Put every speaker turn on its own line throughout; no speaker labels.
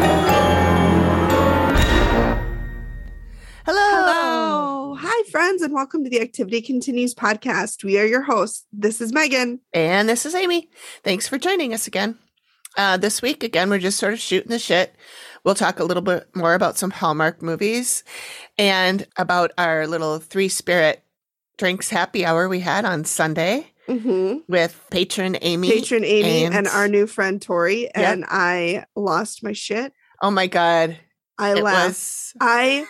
Oh. welcome to the Activity Continues podcast. We are your hosts. This is Megan.
And this is Amy. Thanks for joining us again. Uh, this week, again, we're just sort of shooting the shit. We'll talk a little bit more about some Hallmark movies and about our little three spirit drinks happy hour we had on Sunday
Mm-hmm.
with patron Amy.
Patron Amy and,
and-
our new friend Tori. And I lost my shit.
Oh my God.
I
it
laughed.
was
I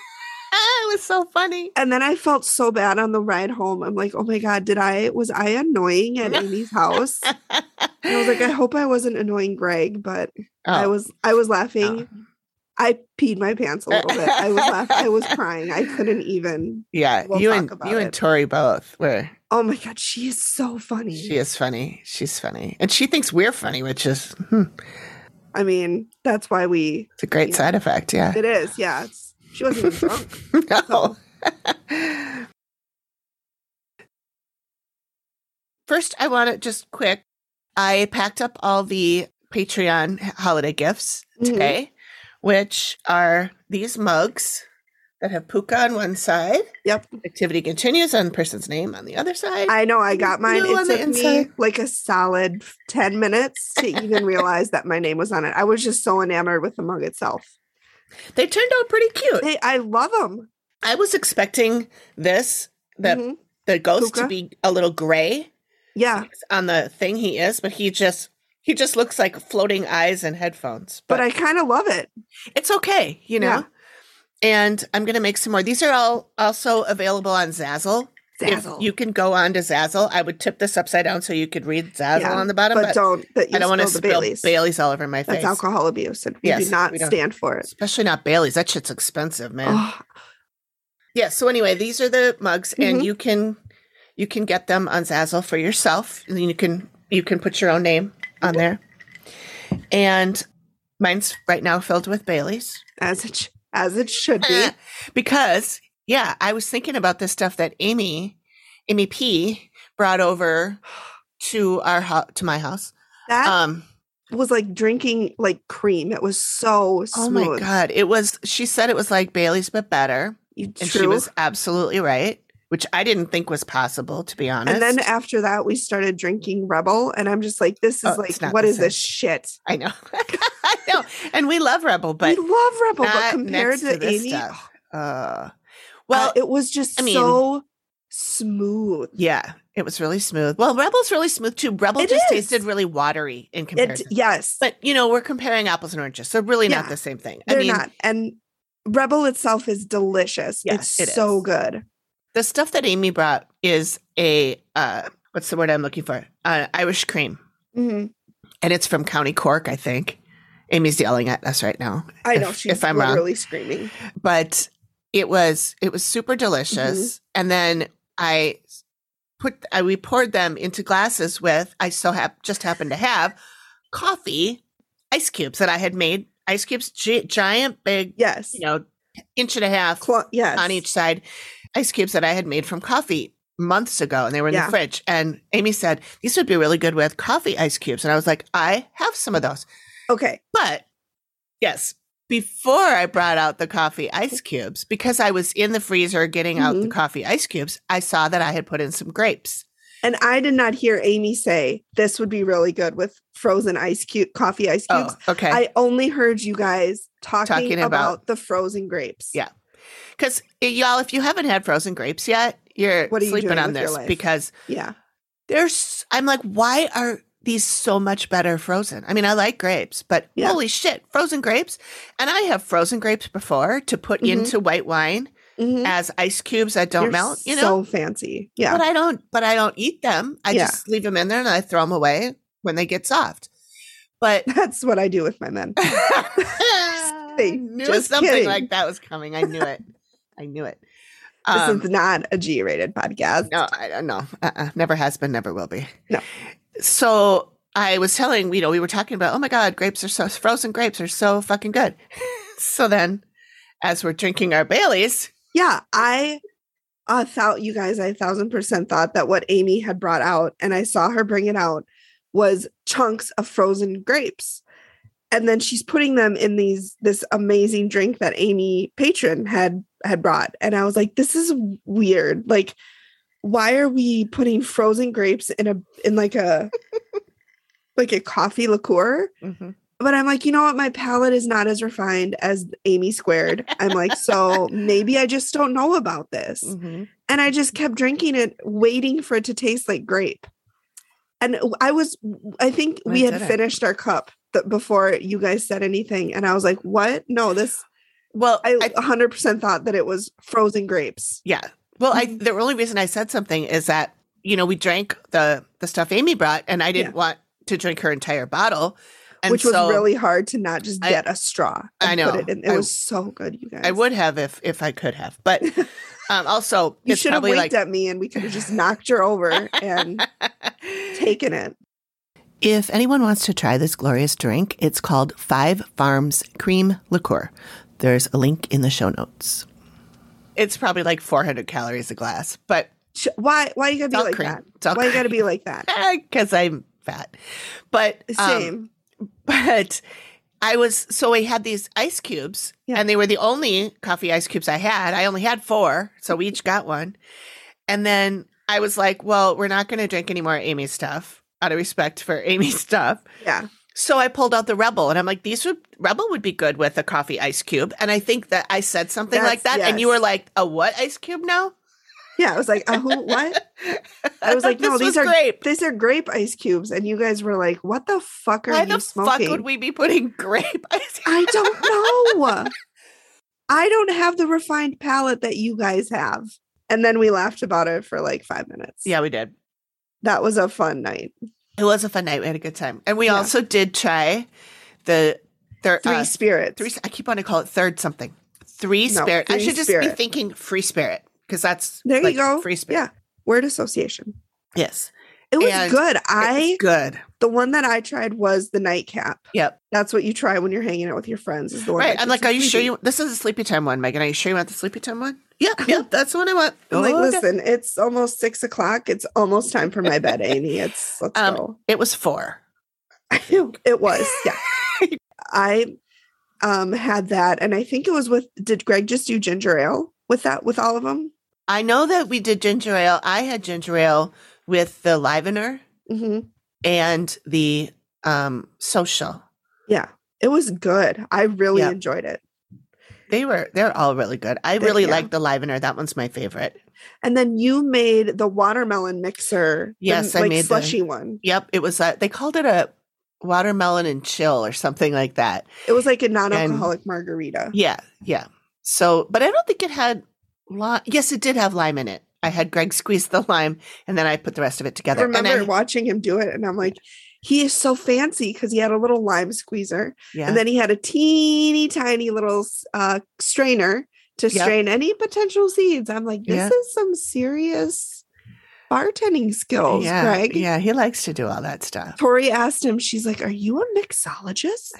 it was so funny.
and then I felt so bad on the ride home. I'm like, oh my god, did I was I annoying at Amy's house? And I was like, I hope I wasn't annoying Greg, but I
Oh.
was I was laughing. I peed my pants a little bit. I was laughing. I was crying. I couldn't even.
Yeah,
We'll
you
talk
and
about
you and
it.
Tori both were.
Oh my god, she is so funny.
She is funny. She's funny, and she thinks we're funny, which is hmm,
I mean, that's why we.
it's a great
Yeah.
side effect. Yeah.
It is, yeah. It's, she wasn't even drunk.
no. First, I want to just quick. I packed up all the Patreon holiday gifts
Mhm.
today, which are these mugs that have puka on one side.
Yep.
Activity continues on the person's name on the other side.
I know. I got mine.
Blue
It
on the
took me
inside.
like a solid ten minutes to even realize that my name was on it. I was just so enamored with the mug itself.
they turned out pretty cute.
Hey, I love them.
I was expecting this the the ghost
Mm-hmm.
to
Puka?
be a little gray
Yeah,
on the thing he is, but he just he just looks like floating eyes and headphones.
but I kind of love it.
it's okay, you know.
Yeah.
And I'm gonna make some more. These are all also available on Zazzle.
Zazzle.
If you can go on to Zazzle, I would tip this upside down so you could read Zazzle
Yeah,
on the bottom,
but,
but,
don't. That you
I don't want to
spill the
spill
Baileys.
Bailey's. all over my
That's
face.
alcohol abuse, and we
Yes,
do not
we don't-
stand for it.
Especially not Bailey's. That shit's expensive, man.
Oh,
Yeah. So anyway, these are the mugs, and
Mhm.
you can you can get them on Zazzle for yourself. And you can you can put your own name on
Mm-hmm.
there. And mine's right now filled with Bailey's
as it sh- as it should be.
because yeah, I was thinking about this stuff that Amy Amy P brought over to our ho- to my house.
That
Um.
was like drinking like cream. It was so
Oh my
smooth.
god! It was. She said it was like Bailey's but better,
You-
and
True.
she was absolutely right. Which I didn't think was possible, to be honest.
and then after that, we started drinking Rebel, and I'm just like, this is
Oh, it's
like,
not
what
the
is
same.
this shit?
I know. I know. And we love Rebel, but
we love Rebel, but
not
compared
next
to,
to this
Amy,
stuff. uh
well,
well,
it was just
I mean-
so smooth.
yeah, it was really smooth. Well, Rebel's really smooth too. Rebel
It
just
is.
tasted really watery in
It
comparison.
yes,
but you know, we're comparing apples and oranges, so really
Yeah.
not the same thing. I
they're
mean,
not. And Rebel itself is delicious.
Yes,
it's
it
so
is.
good.
the stuff that Amy brought is a uh what's the word I'm looking for? Uh, Irish cream, Mm-hmm.
Mhm.
and it's from County Cork, I think. Amy's yelling at us right now.
I know
If-
she's
if I'm wrong.
literally screaming.
but it was it was super delicious and then i put I, we poured them into glasses with i so hap- just happened to have coffee ice cubes that i had made ice cubes gi- giant big
Yes,
you know inch and a half
Cl- yes.
on each side ice cubes that i had made from coffee months ago and they were in
Yeah.
the fridge and amy said these would be really good with coffee ice cubes and i was like i have some of those
Okay,
but yes, before I brought out the coffee ice cubes, because I was in the freezer getting out the
Mhm.
coffee ice cubes, I saw that I had put in some grapes.
and I did not hear Amy say this would be really good with frozen ice cube coffee ice cubes.
Oh, okay.
I only heard you guys talking,
Talking
about,
about-
the frozen grapes.
Yeah. Because y'all, if you haven't had frozen grapes yet, you're
What are you
sleeping
doing
on
with your
this
life?
because
yeah.
there's, I'm like, why are these so much better frozen? I mean, I like grapes, but
Yeah.
holy shit, frozen grapes. And I have frozen grapes before to put
Mhm.
into white wine
Mhm.
as ice cubes that don't
You're
melt, you know?
so fancy. Yeah,
But I don't. But I don't eat them. I
Yeah.
just leave them in there and I throw them away when they get soft. But
that's what I do with my men.
I
kidding.
knew
Just
something
kidding.
like that was coming. I knew it. I knew it. Um,
this is not a G-rated podcast.
No, I don't know. Uh-uh. Never has been, never will be.
No.
So I was telling, you know, we were talking about, oh my God, grapes are so, frozen grapes are so fucking good. so then as we're drinking our Baileys,
Yeah, I a thou you guys, I a thousand percent thought that what Amy had brought out, and I saw her bring it out, was chunks of frozen grapes. And then she's putting them in these this amazing drink that Amy patron had had brought. And I was like, this is weird. Like, why are we putting frozen grapes in a in like a like a coffee liqueur?
Mhm.
But I'm like, you know what? My palate is not as refined as Amy squared. I'm like, so maybe I just don't know about this.
Mhm.
And I just kept drinking it, waiting for it to taste like grape. And I was, I think we
When
had
did it?
finished our cup th- before you guys said anything. And I was like, what? No, this,
Well,
I
I-
100% thought that it was frozen grapes.
Yeah. Well, I
Mhm.
the only reason I said something is that you know we drank the the stuff Amy brought, and I didn't
Yeah.
want to drink her entire bottle, and
which
so
was really hard to not just
I-
get a straw.
I
and
know.
Put it, in. it
I-
was so good, you guys.
I would have if if I could have, but um, also
You
it's
should have
probably
winked
like
at me and we could have just knocked her over and taken it.
If anyone wants to try this glorious drink, it's called Five Farms Cream Liqueur. There's a link in the show notes. It's probably like 400 calories a glass, but
Sh- Why? Why you gotta
it's
be
all
like
cream.
that?
It's all
Why you gotta be like that?
because I'm fat. But um,
Same.
but I was so I had these ice cubes,
Yeah.
and they were the only coffee ice cubes I had. I only had four, so we each got one. And then I was like, "Well, we're not going to drink any more Amy's stuff out of respect for Amy's stuff."
yeah.
So I pulled out the Rebel, and I'm like, "These would Rebel would be good with a coffee ice cube." And I think that I said something like that,
That's-
and you
yes.
were like, "A what ice cube now?"
Yeah. I was like, uh, who? What? I was like,
This
no,
was
these are
grape.
these are grape ice cubes, and you guys were like, what the fuck are
Why
you
the
smoking?
fuck would we be putting grape ice?
I don't know. I don't have the refined palate that you guys have. And then we laughed about it for like five minutes.
yeah, we did.
That was a fun night.
It was a fun night. We had a good time, and we
Yeah.
also did try the their
Three
uh,
spirits.
three. I keep wanting to call it third something. Three
No,
spirit. I
Free
should just be
Spirit.
thinking free spirit because that's
There you
like
go.
Free spirit.
Yeah. Word association.
Yes.
It was
And
good. I
It's good.
the one that I tried was the nightcap.
Yep.
That's what you try when you're hanging out with your friends. Is the one.
Right.
that
I'm
gets
like, are you sure
sleepy.
you? This is a sleepy time one, Megan. Are you sure you want the sleepy time one? Yep. Yep. that's the one I want.
I'm like,
Okay.
listen, it's almost six o'clock. It's almost time for my bed, Amy. It's let's
Um,
go.
It was four.
it was, yeah. I um had that, and I think it was with. Did Greg just do ginger ale with that? With all of them?
I know that we did ginger ale. I had ginger ale with the livener
hmm
Mm-hmm. and the um social.
Yeah, it was good. I really
Yeah.
enjoyed it.
They were they're all really good. I
They-
really
yeah.
like the livener. That one's my favorite.
And then you made the watermelon mixer. the,
Yes, I
like
made the-
slushy one.
Yep, it was that they called it a watermelon and chill or something like that.
It was like a non-alcoholic margarita.
Yeah, yeah. So, but I don't think it had lime. Yes, it did have lime in it. I had Greg squeeze the lime and then I put the rest of it
I
together. And
remember
I-
watching him do it, and I'm like, he is so fancy because he had a little lime squeezer,
yeah.
and then he had a teeny tiny little uh, strainer to
Yep.
strain any potential seeds. I'm like, this
Yeah.
is some serious bartending skills,
yeah,
Greg.
yeah, he likes to do all that stuff.
Tori asked him, she's like, "Are you a mixologist?"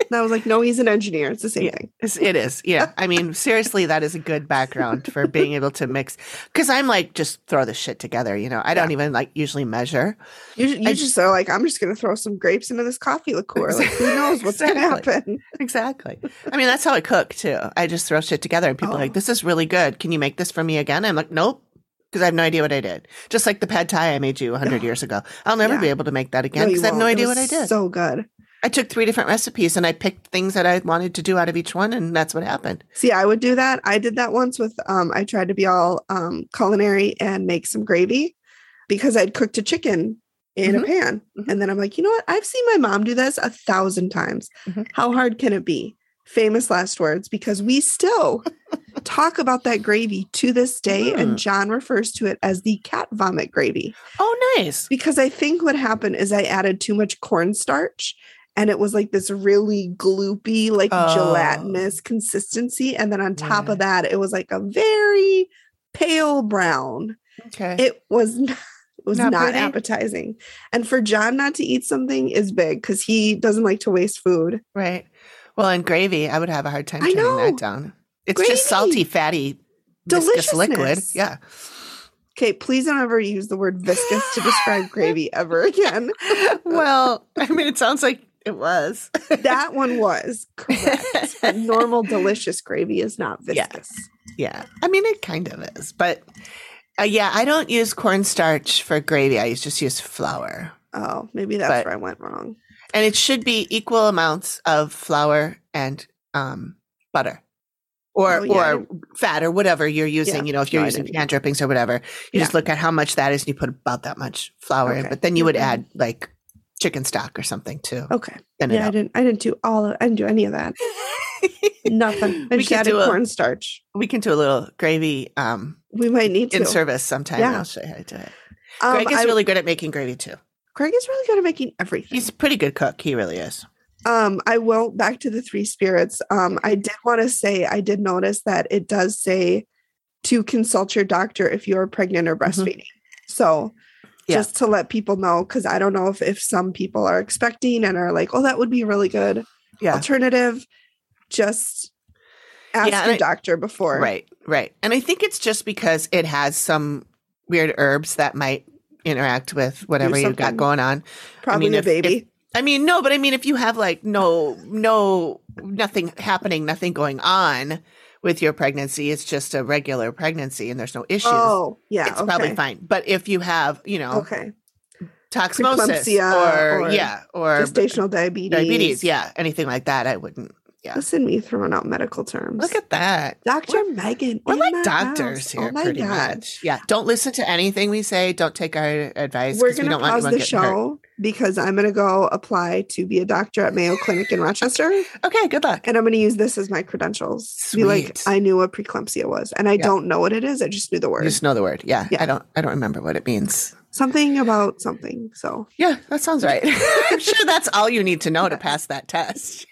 and I was like, "No, he's an engineer. It's the same thing."
It's- It is. Yeah. I mean, seriously, that is a good background for being able to mix. Cause I'm like, just throw the shit together. You know, I don't even like usually measure.
You, you
I-
just are like, "I'm just going to throw some grapes into this coffee liqueur. Like, who knows what's going to
Exactly.
happen?"
Exactly. I mean, that's how I cook too. I just throw shit together and people are like,
Oh.
this is really good. Can you make this for me again? I'm like, nope. Because I have no idea what I did. Just like the pad thai I made you 100 years ago. I'll never
Yeah.
be able to make that
No,
again
you
because I have no
won't. It
idea
was
what I did.
So good.
I took three different recipes and I picked things that I wanted to do out of each one, and that's what happened.
See, I would do that. I did that once with um I tried to be all um culinary and make some gravy because I'd cooked a chicken in
Mhm.
a pan.
Mhm.
And then I'm like, you know what? I've seen my mom do this a thousand times.
Mhm.
How hard can it be? Famous last words because we still talk about that gravy to this day.
Hmm.
And John refers to it as the cat vomit gravy
Oh, nice.
because I think what happened is I added too much cornstarch and it was like this really gloopy, like
Oh.
gelatinous consistency. And then on top of that, it was like a very pale brown.
Okay.
It was not, it was
Eh. Not
not,
pretty?
appetizing. And for John not to eat something is big because he doesn't like to waste food.
right. Well, and gravy, I would have a hard time
I
turning that
know.
down. It's
Gravy.
just salty, fatty, viscous liquid.
Deliciousness.
Yeah.
Okay, please don't ever use the word viscous to describe gravy ever again.
well, I mean, it sounds like It was.
That one was correct. But normal delicious gravy is not
Yeah.
viscous.
Yeah. I mean, it kind of is, but uh, yeah, I don't use cornstarch for gravy. I just use flour.
Oh, maybe that's
But-
where I went wrong.
And it should be equal amounts of flour and um, butter or,
Oh, yeah, I
or fat or whatever you're using.
Yeah.
You know, if you're
No, I
using
didn't.
pecan drippings or whatever, you just look at how much that is and you put about that much flour in.
Okay.
But then you would
Mhm.
add like chicken stock or something to
Okay.
thin it
Oh, Yeah, I
up.
didn't I didn't do all of, I didn't do any of that. Nothing. I
we,
just
can
added
do a,
cornstarch.
we can do a little gravy um,
We might need to.
in service sometime.
Yeah.
I'll show you how to do it.
Um,
Greg is
I-
really good at making gravy too.
Craig is really good at making everything.
He's a pretty good cook. He really is.
Um, I will back to the three spirits. Um, I did want to say I did notice that it does say to consult your doctor if you're pregnant or breastfeeding. So
Mm-hmm. Yeah.
just to let people know, because I don't know if if some people are expecting and are like, oh, that would be a really good
Yeah.
alternative. Just ask
Yeah, and
your
I-
doctor before.
Right. Right. And I think it's just because it has some weird herbs that might interact with whatever you've got
something.
going on.
Probably
mean,
the
if-
baby.
I mean, no, but I mean, if you have like no, no, nothing happening, nothing going on with your pregnancy, it's just a regular pregnancy and there's no issues.
oh, yeah.
it's probably
okay.
fine. But if you have, you know,
Okay.
toximosis
Preeclampsia
or,
or
yeah, or
Gestational diabetes.
diabetes, yeah, anything like that, I wouldn't. yeah.
Listen, to me throwing out medical terms.
Look at that.
Dr. Megan.
We're
in
like
the
doctors
house. Oh
here, pretty much. Yeah. Don't listen to anything we say. Don't take our advice.
We're
'cause we
going to
don't want
pause
anyone
the
getting hurt.
show because I'm going to go apply to be a doctor at Mayo Clinic in Rochester.
Okay. Good luck.
And I'm going to use this as my credentials. Be like,
Sweet.
I knew what preeclampsia was. And I
Yeah.
don't know what it is. I just knew the
You
word.
just know the word. Yeah,
Yeah.
I don't. I don't remember what it means.
Something about something. So
Yeah, that sounds right. I'm sure that's all you need to know to pass that test.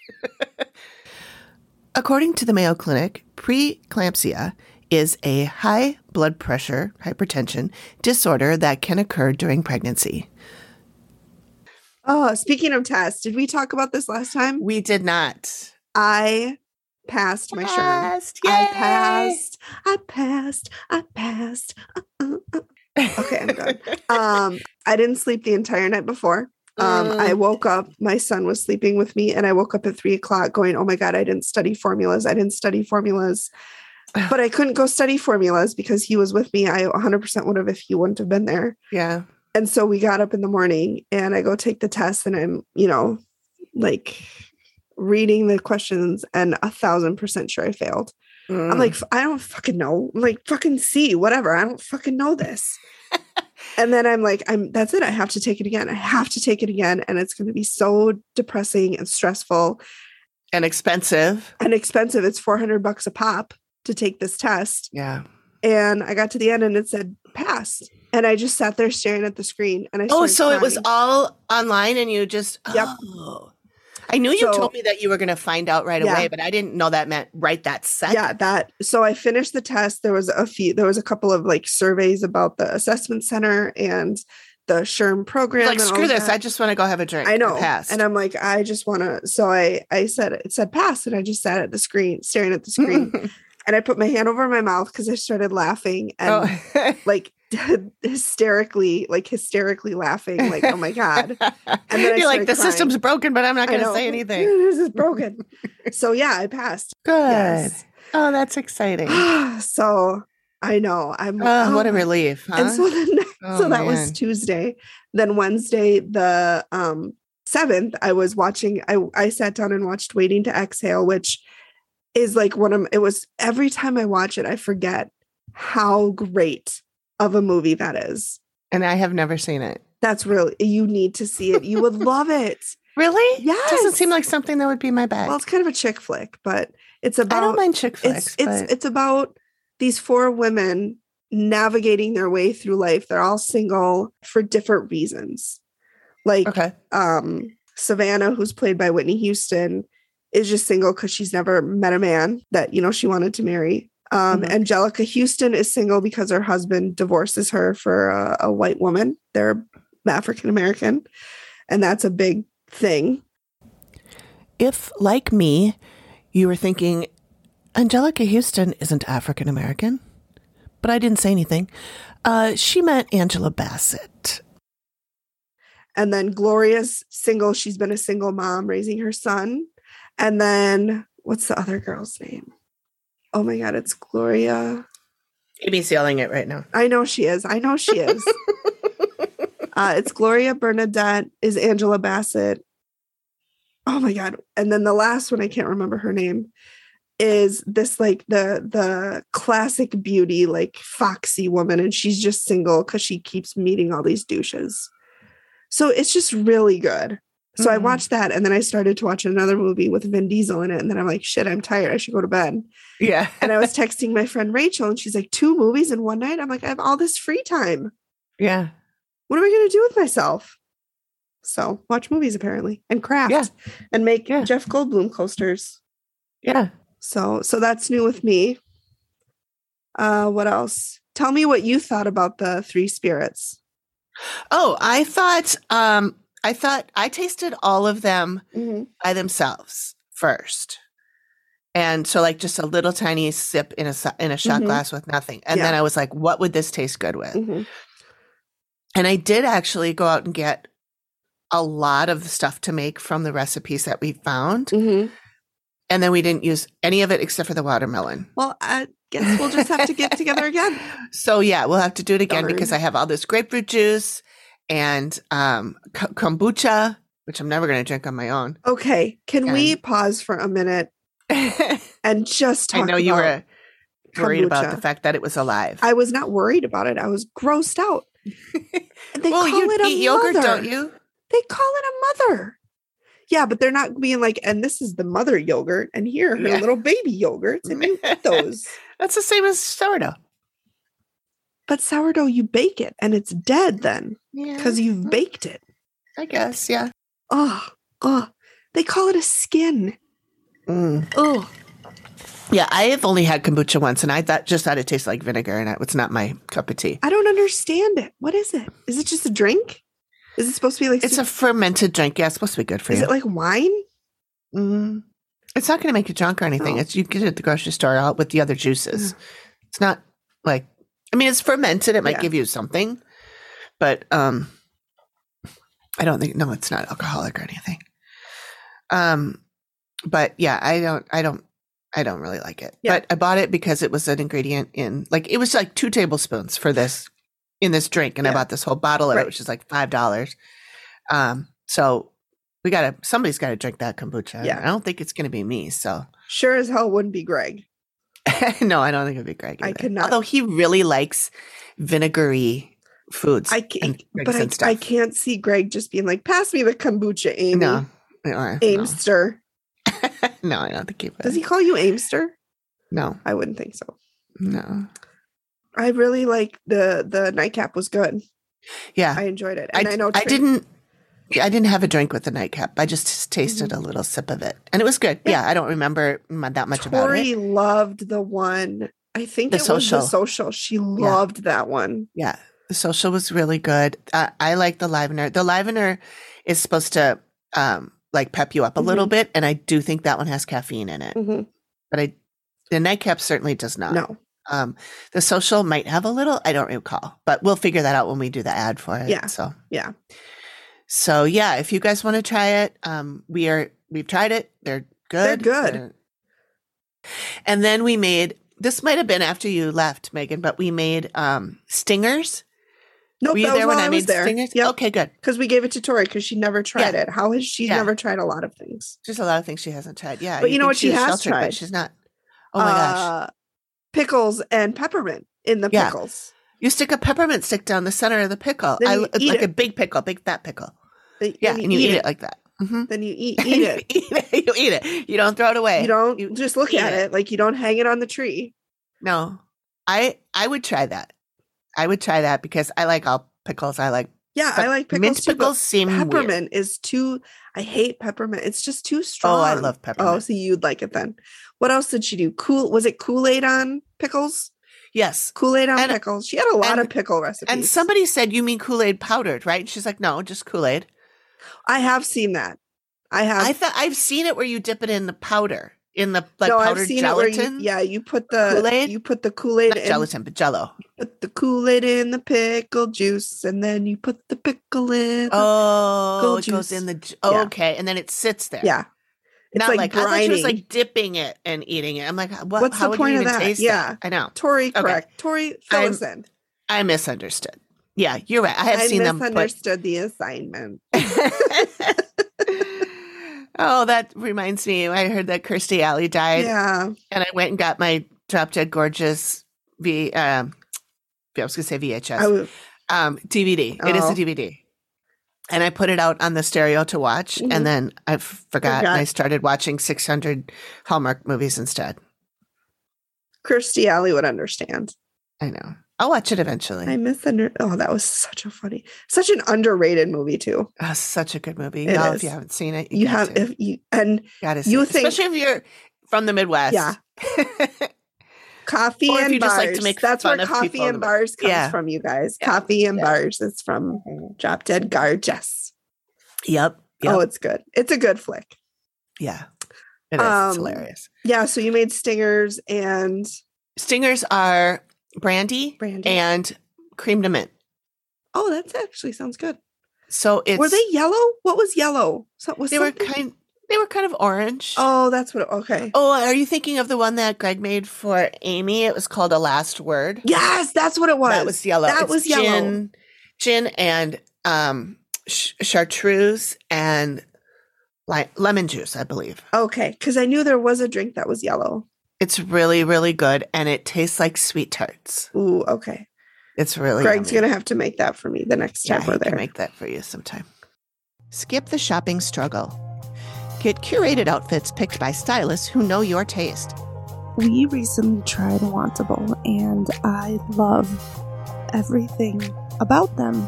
According to the Mayo Clinic, preeclampsia is a high blood pressure hypertension disorder that can occur during pregnancy.
Oh, speaking of tests, did we talk about this last time?
We did not.
I passed my sherm.
Passed.
I
Yay!
passed. I passed. I passed. Uh-uh. Okay, I'm done. Um, I didn't sleep the entire night before. Um, I woke up, my son was sleeping with me, and I woke up at three o'clock going, Oh my God, I didn't study formulas. I didn't study formulas. But I couldn't go study formulas because he was with me. I 100% would have if he wouldn't have been there.
yeah.
And so we got up in the morning and I go take the test, and I'm, you know, like reading the questions and a thousand percent sure I failed.
Mm.
I'm like, "F- I don't fucking know. I'm like, fucking see, whatever. I don't fucking know this. and then I'm like, I'm that's it. I have to take it again. I have to take it again. And it's gonna be so depressing and stressful
and expensive.
and expensive. It's 400 bucks a pop to take this test.
Yeah.
And I got to the end and it said passed. And I just sat there staring at the screen and I
Oh,
started
so it was
crying.
all online and you just
Yep.
oh. I knew you
So-
told me that you were going to find out right
Yeah.
away, but I didn't know that meant right that second.
yeah that so i finished the test there was a few there was a couple of like surveys about the assessment center and the sherm program
like
and all
screw
of
this.
that.
I just want to go have a drink.
I know.
Pass.
And I'm like, I just want to. So I, I said, it said pass. And I just sat at the screen, staring at the screen. and I put my hand over my mouth because I started laughing and
oh.
like hysterically, like hysterically laughing. Like, oh my God. then I
You're like
started
the
crying.
system's broken, but I'm not
I
going to
know.
say anything.
this is broken. so yeah, I passed.
Good.
Yes.
Oh, that's exciting.
so I know. I'm
Oh, what a
my-
relief. Huh?
And so then
Oh,
so that was
man.
Tuesday. Then Wednesday, the um seventh, I was watching. I I sat down and watched Waiting to Exhale, which is like one of it was every time I watch it, I forget how great of a movie that is.
and I have never seen it.
That's really you need to see it. You would love it.
Really?
Yes.
Doesn't seem like something that would be my bag.
Well, it's kind of a chick flick, but it's about
I don't mind chick flicks.
it's it's
but-
it's about these four women navigating their way through life. They're all single for different reasons. Like
okay.
um Savannah, who's played by Whitney Houston, is just single because she's never met a man that you know she wanted to marry. Um,
Mhm.
Angelica Houston is single because her husband divorces her for a, a white woman. They're African American, and that's a big thing.
If, like me, you were thinking, Angelica Houston isn't African American, but I didn't say anything, uh, she meant Angela Bassett.
And then Gloria's single. She's been a single mom raising her son. And then what's the other girl's name? Oh my God, it's Gloria.
Amy's yelling it right now.
I know she is. I know she is. uh, it's Gloria Bernadette, is Angela Bassett. Oh my God. And then the last one, I can't remember her name, is this like the the classic beauty, like foxy woman, and she's just single because she keeps meeting all these douches. So it's just really good. So I
Mhm.
watched that and then I started to watch another movie with Vin Diesel in it. And then I'm like, shit, I'm tired. I should go to bed.
Yeah.
And I was texting my friend Rachel and she's like, two movies in one night. I'm like, I have all this free time.
Yeah.
What am I going to do with myself? So watch movies apparently and craft
Yeah.
and make
Yeah.
Jeff Goldblum coasters.
Yeah.
So so that's new with me. Uh what else? Tell me what you thought about the three spirits.
Oh, I thought um I thought I tasted all of them by themselves first. And so like just a little tiny sip in a si- in a shot
Mhm.
glass with nothing. And then
Yeah.
I was like what would this taste good with?
Mhm.
And I did actually go out and get a lot of the stuff to make from the recipes that we found.
Mhm.
And then we didn't use any of it except for the watermelon.
Well, I guess we'll just have to get together again.
So yeah, we'll have to do it again
Darn.
because I have all this grapefruit juice and um, k- kombucha, which I'm never going to drink on my own.
Okay, can we
And-
pause for a minute
I
and just talk
know you
about
were worried about
kombucha.
the fact that it was alive.
I was not worried about it. I was grossed out. They
well,
call
you
it a
eat yogurt,
mother.
don't you?
They call it a mother. Yeah, but they're not being like, and this is the mother yogurt, and here are her
Yeah.
little baby yogurts, and you eat those.
That's the same as sourdough.
But sourdough, you bake it, and it's dead then
Yeah,
because you've baked it.
I guess, yeah.
Oh, oh, they call it a skin.
Mm.
Oh,
Yeah, I have only had kombucha once, and I thought just thought it tasted like vinegar, and it was not my cup of tea.
I don't understand it. What is it? Is it just a drink? Is it supposed to be like?
It's
su-
a fermented drink. Yeah, it's supposed to be good for
is
you.
it like wine?
Mm. It's not going to make you drunk or anything.
Oh.
It's you get it at the grocery store out with the other juices. It's not like I mean, it's fermented. It might
Yeah.
give you something, but um, I don't think no, it's not alcoholic or anything. Um, but yeah, I don't, I don't, I don't really like it.
Yeah.
But I bought it because it was an ingredient in like it was like two tablespoons for this in this drink, and I
Yeah.
bought this whole bottle of
Right.
it, which is like five dollars. Um, so we gotta somebody's gotta drink that kombucha.
Yeah.
I don't think it's gonna be me. So
Sure as hell wouldn't be Greg.
no, I don't think it'd be Greg.
I
either.
could not-
Although he really likes vinegary foods.
I can't,
and drinks
but I,
and stuff.
I can't see Greg just being like, pass me the kombucha, Amy.
no, no, no.
Aimster.
No, I don't think he would.
Does he call you Aimster?
No,
I wouldn't think so.
no.
I really like the the nightcap was good.
Yeah,
I enjoyed it, and I,
d-
know
I
Tra-
didn't. yeah, I didn't have a drink with the nightcap. I just tasted a little sip of it, and it was good.
Mm-hmm. Yeah.
Yeah, I don't remember mu- that much about
Tori
it.
loved the one. I think
The
it was the
social.
social. She loved that one.
Yeah, the social was really good. Uh, I like the livener. The livener is supposed to um, like pep you up a little
Mm-hmm.
bit, and I do think that one has caffeine in it.
Mhm.
But I, the nightcap certainly does not.
No,
Um, the social might have a little. I don't recall, but we'll figure that out when we do the ad for it.
Yeah.
So
Yeah.
So yeah, if you guys want to try it, um, we are we've tried it. They're good.
They're good.
They're- And then we made this might have been after you left, Megan, but we made um stingers.
nope.
Were you
Oh, that was
there
while
when I,
was
made
there.
stingers?
Yeah,
Okay, good.
because we gave it to Tori because she never tried it. How has she
Yeah.
never tried a lot of things?
There's a lot of things she hasn't tried. Yeah.
But you know
think
what she
was
has
sheltered, but
tried?
She's not. Oh my gosh.
Uh, pickles and peppermint in the
Yeah.
pickles.
You stick a peppermint stick down the center of the pickle.
Then
I,
you
it's
eat
like
it.
a big pickle, big fat pickle.
Then-
Yeah.
then
and you eat, it. like that. hmm
Then you eat eat it.
you eat it. You don't throw it away.
You don't
You
just look
eat
at
it.
it. Like you don't hang it on the tree.
No, I I would try that. I would try that because I like all pickles. I like
Yeah, I
But
like pickles
mint
too. but
pickles. Seem weird.
peppermint is too. I hate peppermint. It's just too strong.
Oh, I love peppermint.
Oh, so you'd like it then. What else did she do? Cool. Was it Kool Aid on pickles?
yes.
Kool Aid on
And- uh,
pickles. She had a lot
and-
of pickle recipes.
And somebody said you mean Kool Aid powdered, right? And she's like, no, just Kool Aid.
I have seen that. I have. Uh,
I thought I've seen it where you dip it in the powder. in the like powdered gelatin.
you, yeah, you put the
Kool-Aid?
you put the Kool Aid
Not gelatin, but Jello.
put the Kool Aid in the pickle juice, and then you put the pickle in. the-
Oh, it
pickle
goes
juice.
in the j- oh,
Yeah.
okay, and then it sits there.
yeah, it's
not like,
like,
I thought she was
brining.
like dipping it and eating it. I'm like, what,
What's
how
the
would
point
you
of
even
that?
taste
Yeah.
that? I know.
Tori, correct. Tori, fill
I'm-
us in.
I misunderstood. Yeah, you're right. I have
I
seen them. But...
misunderstood the assignment.
oh, that reminds me. I heard that Kirstie Alley died,
yeah,
and I went and got my Drop Dead Gorgeous V. Um, I was gonna say VHS.
I would,
um DVD. It is
Oh.
a DVD. And I put it out on the stereo to watch,
Mhm.
and then I f- forgot,
Forgot.
and I started watching 600 Hallmark movies instead.
Kirstie Alley would understand.
I know. I'll watch it eventually.
I misunderstood. Oh, that was such a funny, such an underrated movie too.
Oh, such a good movie.
It
Y'all, if
is.
you haven't seen it,
You,
you, got
have
to.
if you and
gotta
you
see it.
think-
especially if you're from the Midwest.
Yeah. coffee
Or if
and
you
bars.
just like to make
That's
fun
where
of
coffee
people in
and
the-
bars comes
Yeah.
from, you guys.
Yeah.
Coffee and
Yeah.
bars is from Drop Dead Gorgeous.
yep. Yep.
Mm. Oh, it's good. It's a good flick.
yeah. It is.
Um,
it's hilarious.
Yeah. So you made stingers and
Stingers are brandy,
brandy.
and cream to mint.
oh, that actually sounds good.
So it's
were they yellow? What was yellow? So was
they were
something-
kind they were kind of orange.
Oh, that's what. Okay.
Oh, are you thinking of the one that Greg made for Amy? It was called A Last Word.
Yes, that's what it was.
That was yellow.
That was yellow.
Gin, gin and um, ch- chartreuse and li- lemon juice, I believe.
okay, because I knew there was a drink that was yellow.
It's really, really good, and it tastes like sweet tarts.
Ooh, okay.
It's really.
Greg's
yummy.
gonna have to make that for me the next time we're
he can
there.
make that for you sometime. Skip the shopping struggle. Get curated outfits picked by stylists who know your taste.
We recently tried Wantable and I love everything about them.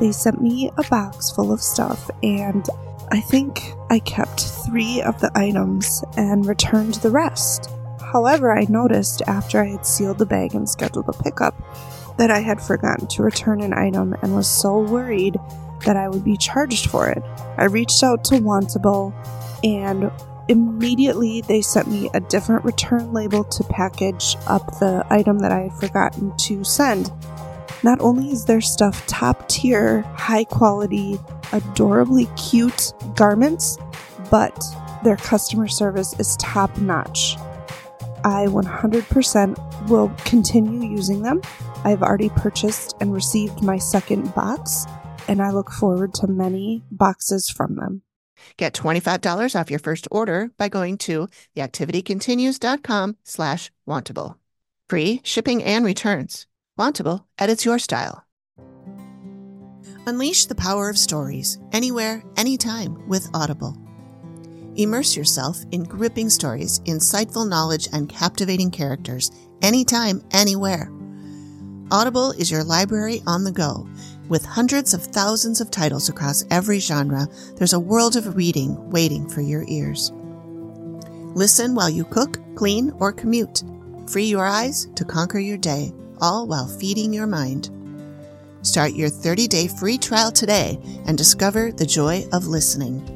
They sent me a box full of stuff and I think I kept three of the items and returned the rest. However, I noticed after I had sealed the bag and scheduled the pickup that I had forgotten to return an item and was so worried that I would be charged for it. I reached out to Wantable and immediately they sent me a different return label to package up the item that I had forgotten to send. Not only is their stuff top tier, high quality, adorably cute garments, but their customer service is top notch. I 100% will continue using them. I've already purchased and received my second box, and I look forward to many boxes from them.
Get $25 off your first order by going to theactivitycontinues.com slash wantable. Free shipping and returns. Wantable edits your style. Unleash the power of stories anywhere, anytime with Audible. Immerse yourself in gripping stories, insightful knowledge, and captivating characters anytime, anywhere. Audible is your library on the go. With hundreds of thousands of titles across every genre, there's a world of reading waiting for your ears. Listen while you cook, clean, or commute. Free your eyes to conquer your day, all while feeding your mind. Start your 30 day free trial today and discover the joy of listening.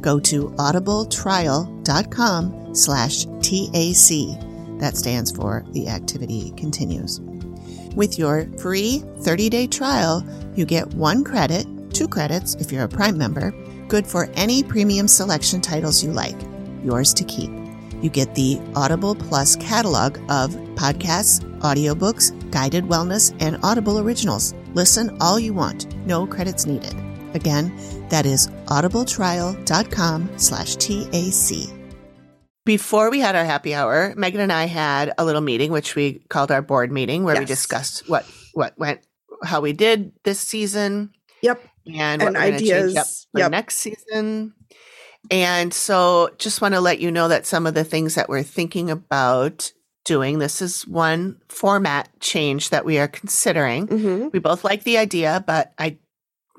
Go to audibletrial.com slash TAC. That stands for The Activity Continues. With your free 30 day trial, you get one credit, two credits if you're a Prime member, good for any premium selection titles you like, yours to keep. You get the Audible Plus catalog of podcasts, audiobooks, guided wellness, and Audible originals. Listen all you want, no credits needed. Again, that is audibletrial.com slash TAC. Before we had our happy hour, Megan and I had a little meeting, which we called our board meeting, where we
Yes.
discussed what what went how we did this season
Yep.
and,
And
what we're gonna change up
ideas.
for
Yep.
next season. And so just want to let you know that some of the things that we're thinking about doing, this is one format change that we are considering.
Mm-hmm.
We both like the idea, but I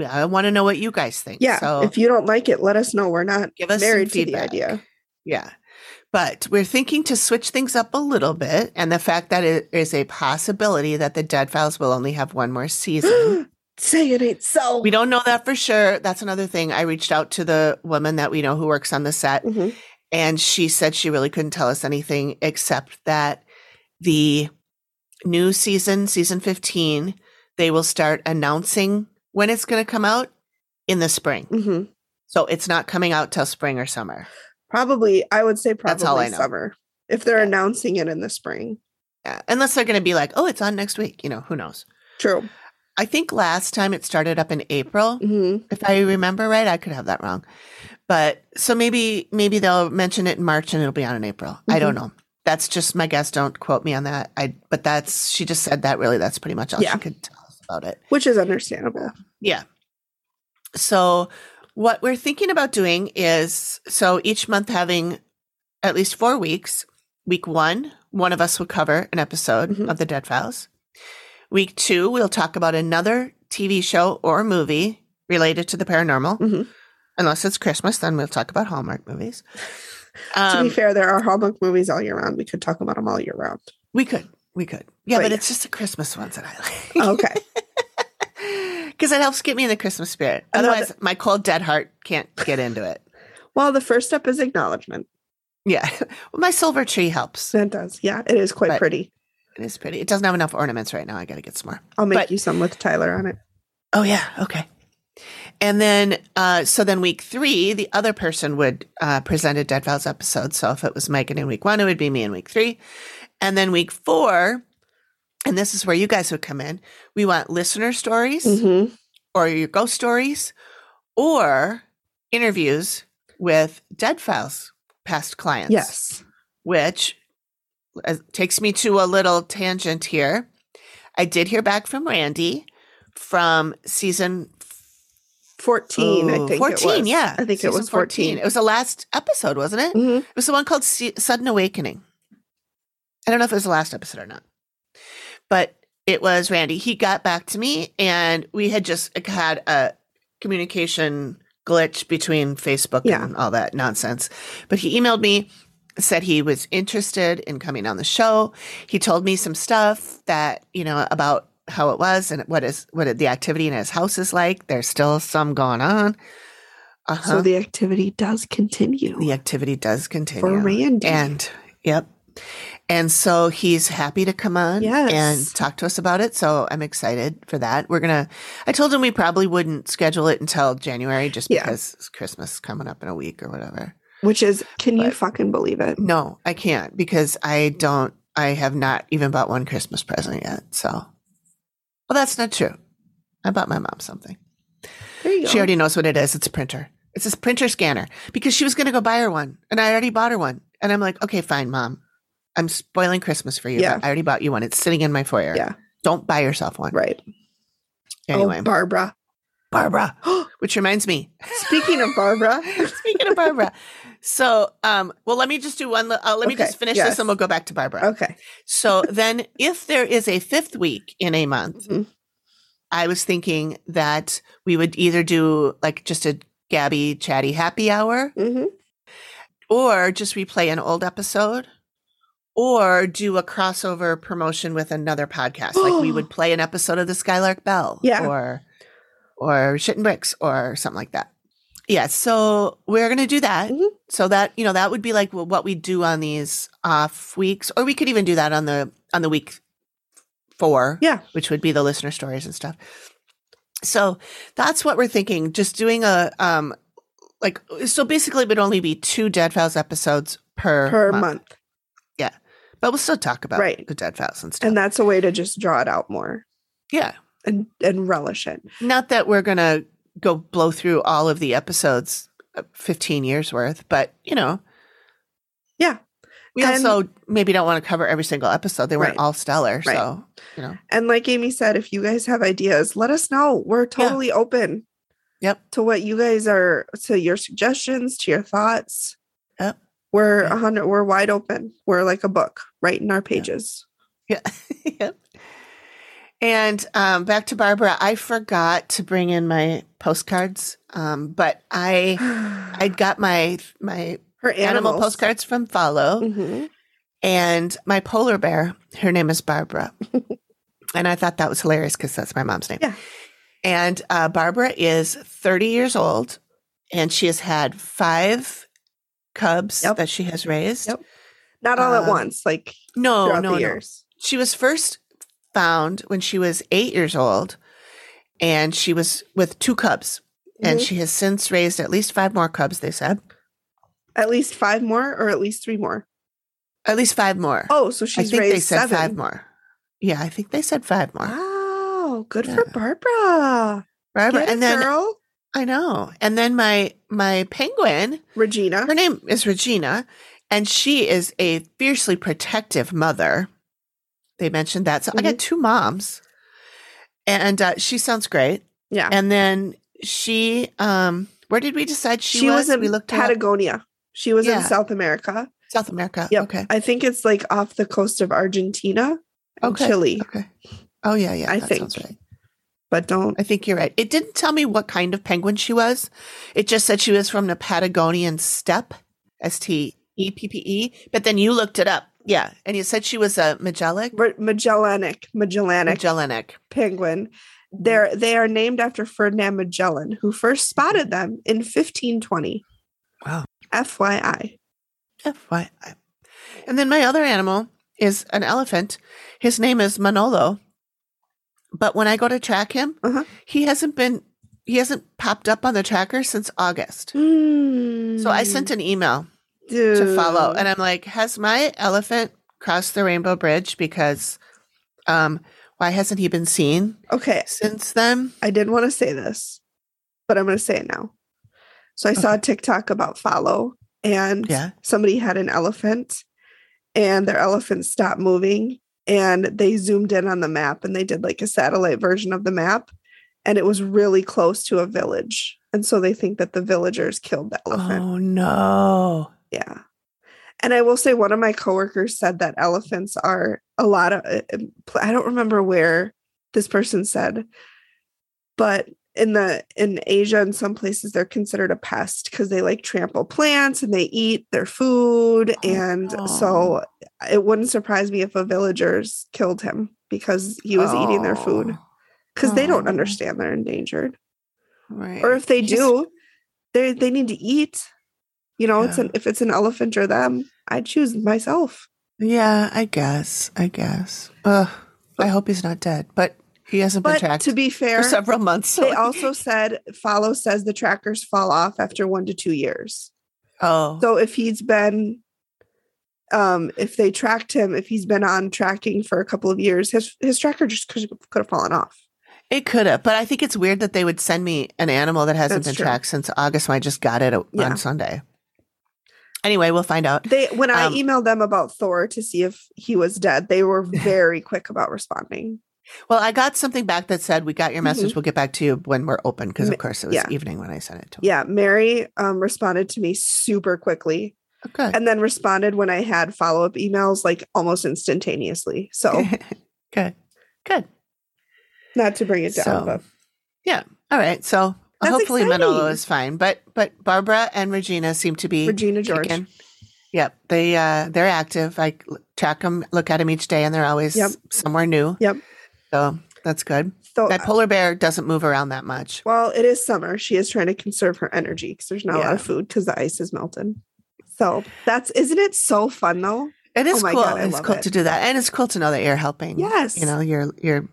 I want to know what you guys think.
Yeah.
So
if you don't like it, let us know. We're not
give us some
married to the
feedback.
idea.
Yeah. But we're thinking to switch things up a little bit. And the fact that it is a possibility that the Dead Files will only have one more season.
Say it ain't so.
We don't know that for sure. That's another thing. I reached out to the woman that we know who works on the set,
Mhm.
And she said she really couldn't tell us anything except that the new season, season 15, they will start announcing when it's going to come out in the spring.
hmm
So it's not coming out till spring or summer.
Probably, I would say probably
That's all I know.
summer if they're
Yeah.
announcing it in the spring.
Yeah. Uh, Unless they're going to be like, oh, it's on next week. You know, who knows?
True.
I think last time it started up in April.
hmm
if I remember right. I could have that wrong, but so maybe maybe they'll mention it in March and it'll be on in April. I don't know. That's just my guess. Don't quote me on that. I but that's she just said that. Really, that's pretty much all
Yeah.
she could tell us about it.
Which is understandable.
Yeah. So what we're thinking about doing is so each month having at least four weeks. Week one, one of us will cover an episode
Mhm.
of the Dead Files. Week two, we'll talk about another TV show or movie related to the paranormal.
Mhm.
Unless it's Christmas, then we'll talk about Hallmark movies.
to
Um,
be fair, there are Hallmark movies all year round. We could talk about them all year round.
we could, we could, yeah,
But
but,
yeah. Oh.
it's just the Christmas ones that I like.
Okay.
Because it helps get me in the Christmas spirit.
Another-
Otherwise, my cold dead heart can't get into it.
well, the first step is acknowledgement.
Yeah. Well, my silver tree helps.
That does. Yeah, it is quite
But-
pretty.
It is pretty. It doesn't have enough ornaments right now. I got to get some more.
I'll make
but-
you some with Tyler on it.
Oh, yeah. Okay. And then, uh, so then week three, the other person would uh, present a Dead Vows episode. So if it was Megan in week one, it would be me in week three. And then week four, and this is where you guys would come in. We want listener stories
Mhm.
or your ghost stories or interviews with Dead Files past clients.
Yes.
which uh, takes me to a little tangent here. I did hear back from Randy from season
14, I
ooh, 14,
think. it was.
yeah.
I think it
season
was 14.
It was the last episode, wasn't it?
Mhm.
It was the one called Se- Sudden Awakening. I don't know if it was the last episode or not, but it was Randy. He got back to me, and we had just had a communication glitch between Facebook
Yeah.
and all that nonsense. But he emailed me, said he was interested in coming on the show. He told me some stuff that you know about how it was and what is what the activity in his house is like. There's still some going on. Uh-huh.
So the activity does continue
the activity does continue
for Randy.
and yep and so he's happy to come on
Yes.
and talk to us about it so i'm excited for that we're gonna i told him we probably wouldn't schedule it until january just
Yeah.
because it's christmas coming up in a week or whatever
which is, can you
But-
fucking believe it?
no i can't because i don't i have not even bought one christmas present yet so well that's not true i bought my mom something
There you go.
she already knows what it is. It's a printer. It's this printer scanner because she was going to go buy her one, and I already bought her one. And I'm like, okay, fine, mom. I'm spoiling Christmas for you.
Yeah.
but I already bought you one. It's sitting in my foyer.
Yeah.
Don't buy yourself one.
right.
Anyway,
Oh, Barbara.
Barbara, which reminds me,
Speaking of Barbara,
speaking of Barbara, so um, well, let me just do one. li- Uh, let me
Okay,
just finish
yes.
this, and we'll go back to Barbara.
okay.
So then, if there is a fifth week in a month,
Mhm.
I was thinking that we would either do like just a Gabby chatty happy hour,
hmm
or just replay an old episode or do a crossover promotion with another podcast like we would play an episode of the skylark bell
Yeah.
or or shit and bricks or something like that yeah so we're gonna do that
Mhm.
so that you know that would be like wh- what we do on these off weeks or we could even do that on the on the week four
Yeah.
which would be the listener stories and stuff so that's what we're thinking just doing a um like so basically it would only be two dead files episodes per,
Per
month,
month.
but we'll still talk about
Right.
the dead files and stuff
And that's a way to just draw it out more
yeah
and, and relish it.
not that we're gonna go blow through all of the episodes uh, 15 years worth but you know
Yeah.
we
And-
also maybe don't want to cover every single episode they weren't
Right.
all stellar
Right.
so you know
And like Amy said, if you guys have ideas, let us know. We're totally open.
Yep.
To what you guys are to your suggestions, to your thoughts.
Yep.
We're a
Yeah.
hundred we're wide open. We're like a book, right in our pages.
Yeah. yep. And um, back to Barbara. I forgot to bring in my postcards, um, but I I got my my
Her
animal
animals.
postcards from Follow
Mhm.
and my polar bear. Her name is Barbara, and I thought that was hilarious because that's my mom's name.
Yeah.
And uh, Barbara is 30 years old, and she has had five cubs
Yep.
that she has raised.
Yep. Not all at
Um,
once, like
No,
throughout
no,
the
no.
years.
She was first found when she was eight years old, and she was with two cubs. And
Mhm.
she has since raised at least five more cubs, they said.
At least five more, or at least three more.
At least five more.
Oh, so
I
she's
think
raised
they said
seven.
five more. Yeah, I think they said five more.
Wow, good for
Yeah.
Barbara.
Barbara.
Get it,
and then
girl,
I know. And then my my penguin,
Regina.
her name is Regina, and she is a fiercely protective mother. They mentioned that. So I
Mm-hmm.
got two moms. And uh, she sounds great.
Yeah,
And then she um where did we decide she,
she, was, in
We looked at
Patagonia. She was in
Yeah.
South America.
South America.
Yep.
Okay.
I think it's like off the coast of Argentina and
Okay.
Chile,
Okay. Oh yeah, yeah.
I
that
think.
sounds right.
but don't.
I think you're right. It didn't tell me what kind of penguin she was. It just said she was from the Patagonian steppe, S T E P P E. But then you looked it up. Yeah. And you said she was a Magellanic,
Re- Magellanic, Magellanic
Magellanic.
penguin.
mm-hmm.
They're they are named after Ferdinand Magellan, who first spotted them in 1520.
Mm-hmm. Wow.
FYI.
FYI. And then my other animal is an elephant. His name is Manolo. But when I go to track him,
Uh-huh.
he hasn't been, he hasn't popped up on the tracker since August. So I
Hmm.
sent an email to follow. And I'm like, has my elephant crossed the rainbow bridge? Because um, why hasn't he been seen
okay,
since then?
I did want to say this, but I'm going to say it now. So I saw a TikTok about follow, and
Yeah.
somebody had an elephant, and their elephant stopped moving, and they zoomed in on the map, and they did like a satellite version of the map, and it was really close to a village, and so they think that the villagers killed the elephant.
Oh no.
Yeah. And I will say one of my coworkers said that elephants are a lot of uh, uh, pl- I don't remember where this person said but in the in Asia in some places they're considered a pest cuz they like trample plants and they eat their food
Oh,
and
no.
so eh, it wouldn't surprise me if a villagers killed him because he was eating their food
Oh,
cuz they don't
Oh.
understand they're endangered
Right.
or if they
He's-
do, they they need to eat. You know, it's
Yeah.
an if it's an elephant or them, I choose myself.
Yeah, I guess. I guess. Ugh, I hope he's not dead, but he hasn't been
But
tracked
to be
for
fair,
several months. so-
they also said follow says the trackers fall off after one to two years.
oh,
So if he's been um if they tracked him, if he's been on tracking for a couple of years, his his tracker just could have fallen off.
it could have, but I think it's weird that they would send me an animal that hasn't
That's
been
true.
tracked since August when I just got it o-
Yeah.
on Sunday. Anyway, we'll find out.
They when I
Um,
emailed them about Thor to see if he was dead, they were very quick about responding.
Well, I got something back that said we got your message. We'll get back to you when we're open because, of
Ma-
course, it was
Mm-hmm. yeah.
evening when I sent it to him.
Yeah, Mary um responded to me super quickly.
Okay.
and then responded when I had follow up emails like almost instantaneously. So
Good. Good.
not to bring it down,
So,
but
yeah. All right. So
That's
hopefully Manolo
exciting.
is fine, but but Barbara and Regina seem to be
Regina George.
kicking. Yep. They uh they're active. I l- track them, look at them each day, and they're always
Yep.
somewhere new.
Yep. Oh,
So that's good.
So
That polar bear doesn't move around that much.
well, it is summer. She is trying to conserve her energy because there's not a lot of
Yeah.
food because the ice is melted. So that's isn't it so fun though?
It is
Oh my
cool.
God, I
it's
love
cool
it.
to do that, and it's cool to know that you're helping.
Yes.
You know your your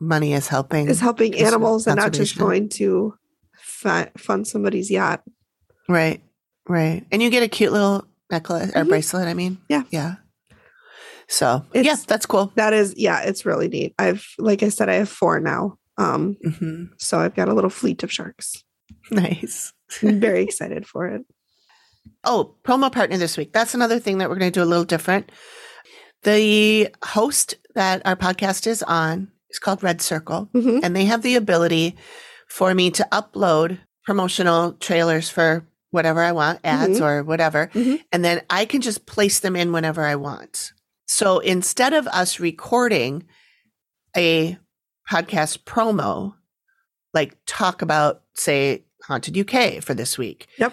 money is helping.
Is helping
Conser-
animals and not just
conservation.
going to fi- fund somebody's yacht.
Right, right. And you get a cute little necklace or
Mhm.
bracelet, I mean.
Yeah.
Yeah. So, yeah,
It's-
that's cool.
That is yeah, it's really neat. I've like I said, I have four now. Um,
hmm
so I've got a little fleet of sharks.
Nice.
I'm very excited for it.
Oh, promo partner this week. That's another thing that we're going to do a little different. The host that our podcast is on is called Red Circle,
Mhm.
and they have the ability for me to upload promotional trailers for whatever I want, ads
Mhm.
or whatever.
Mhm.
And then I can just place them in whenever I want. So instead of us recording a podcast promo, like talk about, say, Haunted UK for this week.
Yep.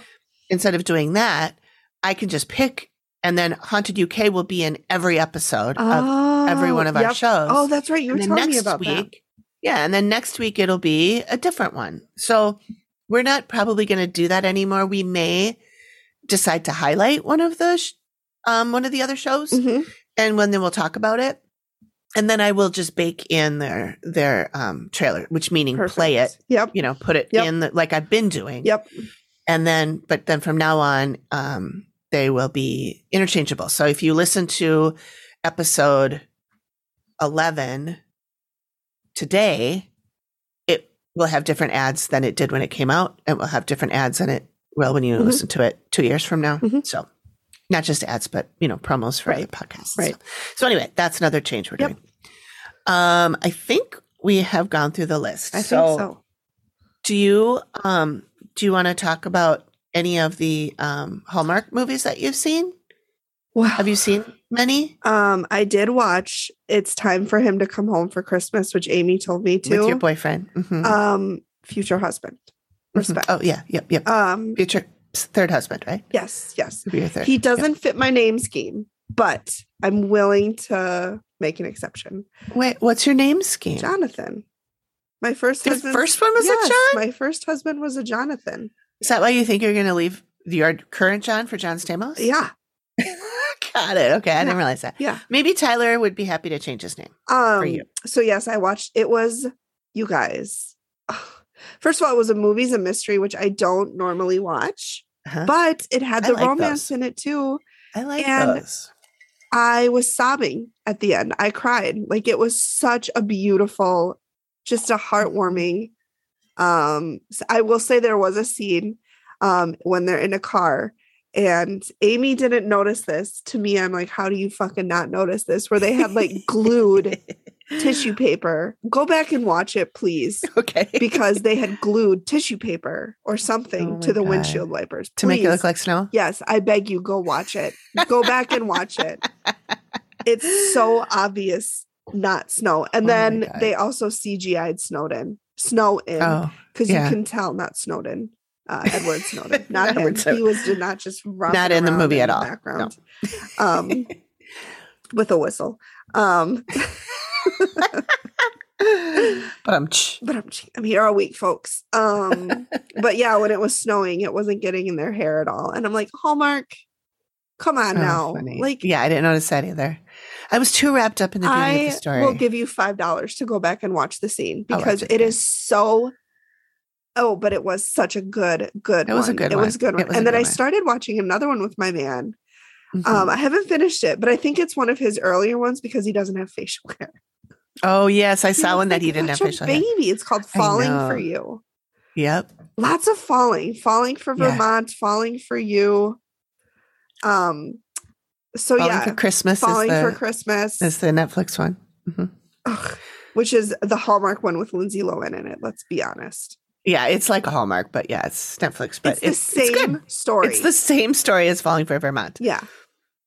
Instead of doing that, I can just pick, and then Haunted UK will be in every episode of every one of
Oh,
our
yep.
shows.
Oh, that's right. You were
And then
telling me about that.
week, Yeah, and then next week it'll be a different one. So we're not probably going to do that anymore. We may decide to highlight one of the sh- um one of the other shows
Mhm.
and when then we'll talk about it and then i will just bake in their their um trailer which meaning play it
Perfect. Yep.
you know put it
Yep.
in the, like i've been doing
Yep.
and then but then from now on um they will be interchangeable so if you listen to episode 11 today it will have different ads than it did when it came out and will have different ads in it well when you
Mhm.
listen to it two years from now
Mhm.
so not just ads but you know promos for
Right.
the podcast
Right.
so anyway that's another change we're
Yep.
doing um i think we have gone through the list
I think so.
do you um do you want to talk about any of the um Hallmark movies that you've seen?
Wow.
Have you seen many
Um, I did watch It's Time for Him to Come Home for Christmas, which Amy told me
with your
to.
boyfriend? Mhm.
Um, future husband.
Mhm.
Respect.
Oh yeah, yep, yep.
Um,
Future third husband, right?
yes, yes.
Would be your third.
He doesn't fit my name scheme, but I'm willing to make an exception.
Yeah. Wait, what's your name scheme?
Jonathan. My first
Your
husband
first one was
yes,
a John.
My first husband was a Jonathan.
Is that why you think you're going to leave your current John for John Stamos?
Yeah.
Got it. Okay, I
Yeah.
didn't realize that.
Yeah.
Maybe Tyler would be happy to change his name.
Um
you.
so yes, I watched it was you guys. First of all, it was a movies a mystery, which I don't normally watch,
Uh-huh.
but it had
I
the
like
romance
those.
in it too.
I like
and-
those.
I was sobbing at the end. I cried. Like it was such a beautiful, just a heartwarming. Um, s- I will say there was a scene um when they're in a car and Amy didn't notice this. To me, I'm like, how do you fucking not notice this? Where they had like glued tissue paper. Go back and watch it, please,
Okay.
because they had glued tissue paper or something
Oh
to
my
the
God.
windshield wipers.
to make it
Please.
look like snow.
Yes, I beg you, go watch it. Go back and watch it. It's so obvious, not snow.
Oh
And
my
then
God.
they also CGI'd Snowden, Snow in,
Oh,
because
yeah.
you can tell not Snowden, uh, Edward Snowden, not
Edward
him.
Snowden.
He was did not just romping
Not in the
around
movie at
the
all. No.
Background, um, with a whistle. Um,
but I'm.
but I'm, I'm here all week, folks. Um, but yeah, when it was snowing, it wasn't getting in their hair at all, and I'm like, Hallmark, come on now, like.
oh, yeah, I didn't notice that either. I was too wrapped up in the beauty of
I
the story. Oh,
will give you five dollars to go back and watch the scene
I'll watch
because
it
it
again.
is so. Oh, but it was such a good, good.
It was a
one.
good
It
one.
was a good
It
one.
was a
and then
good
I
one.
started watching another one with my man.
Mhm.
Um, I haven't finished it, but I think it's one of his earlier ones because he doesn't have facial hair.
oh yes, I saw
was
one that
like
he didn't have
such a
facial hair.
baby. It's called Falling for
know.
You.
Yep.
Lots of falling, falling for
Yeah.
Vermont, falling for you. Um, so
Falling
yeah,
for Christmas
falling
is the
for Christmas.
is the Netflix one. Mhm.
Ugh, which is the Hallmark one with Lindsay Lohan in it. Let's be honest.
Yeah, it's like a Hallmark, but yeah, it's Netflix. But
It's the same
good.
story.
It's the same story as Falling for Vermont.
yeah.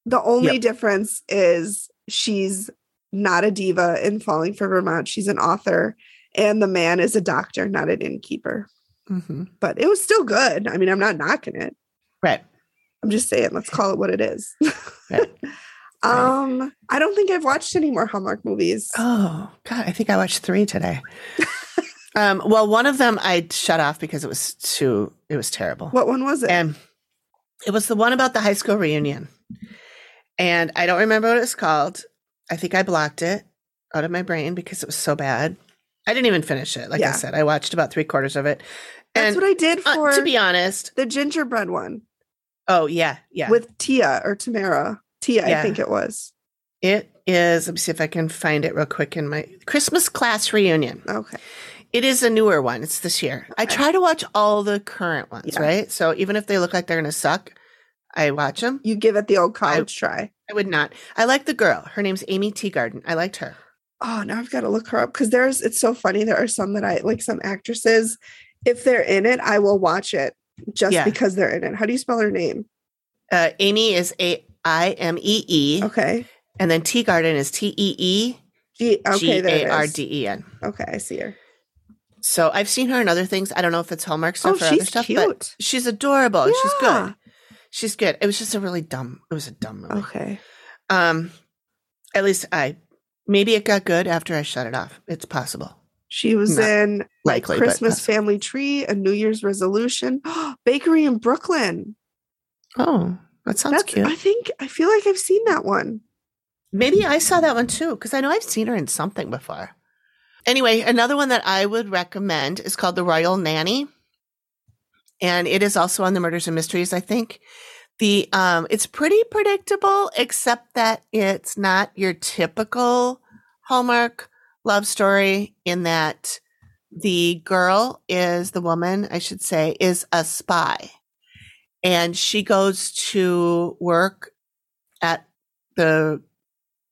The only difference is she's not a diva in Falling for Vermont. She's an author, and the man is a doctor, not an innkeeper.
hmm
But it was still good. I mean, I'm not knocking it.
Right.
I'm just saying, let's call it what it is.
Right.
um, I don't think I've watched any more Hallmark movies.
Oh God, I think I watched three today. um, well, one of them I shut off because it was too. It was terrible.
What one was it?
And it was the one about the high school reunion. And I don't remember what it was called. I think I blocked it out of my brain because it was so bad. I didn't even finish it. Like I
Yeah.
said, I watched about three quarters of it.
That's
And
what I did
uh,
for
to be honest,
the gingerbread one.
oh yeah, yeah.
with Tia or Tamara. Tia,
Yeah.
I think it was.
it is. Let me see if I can find it real quick in my Christmas class reunion.
Okay.
It is a newer one. It's this year. I
Okay.
try to watch all the current ones,
Yeah.
right? So even if they look like they're gonna suck, I watch them.
You give it the old
I-
college try.
I would not. I like the girl. Her name's Amy Teagarden. I liked her.
Oh, now I've got to look her up because there's, it's so funny. There are some that I like, some actresses, if they're in it, I will watch it just
Yeah.
because they're in it. How do you spell her name?
Uh, Amy is A I M E E,
Okay.
and then Tea Garden is T E E
G- okay.
G
There
A
it
R
is.
D E N.
Okay. I see her.
So I've seen her in other things. I don't know if it's Hallmark stuff
oh,
or other
she's
stuff, but
cute.
she's adorable. and She's
Yeah.
good. She's good. It was just a really dumb. It was a dumb movie.
Okay.
Um, at least I. Maybe it got good after I shut it off. It's possible.
She was
Not
in like
likely, but uh,
Christmas
possible.
Family Tree, a New Year's resolution, bakery in Brooklyn.
Oh, that sounds
That's-
cute.
I think I feel like I've seen that one.
Maybe I saw that one too, because I know I've seen her in something before. Anyway, another one that I would recommend is called The Royal Nanny. And it is also on the Murders and Mysteries, I think. The um it's pretty predictable, except that it's not your typical Hallmark love story in that the girl is the woman, I should say, is a spy. And she goes to work at the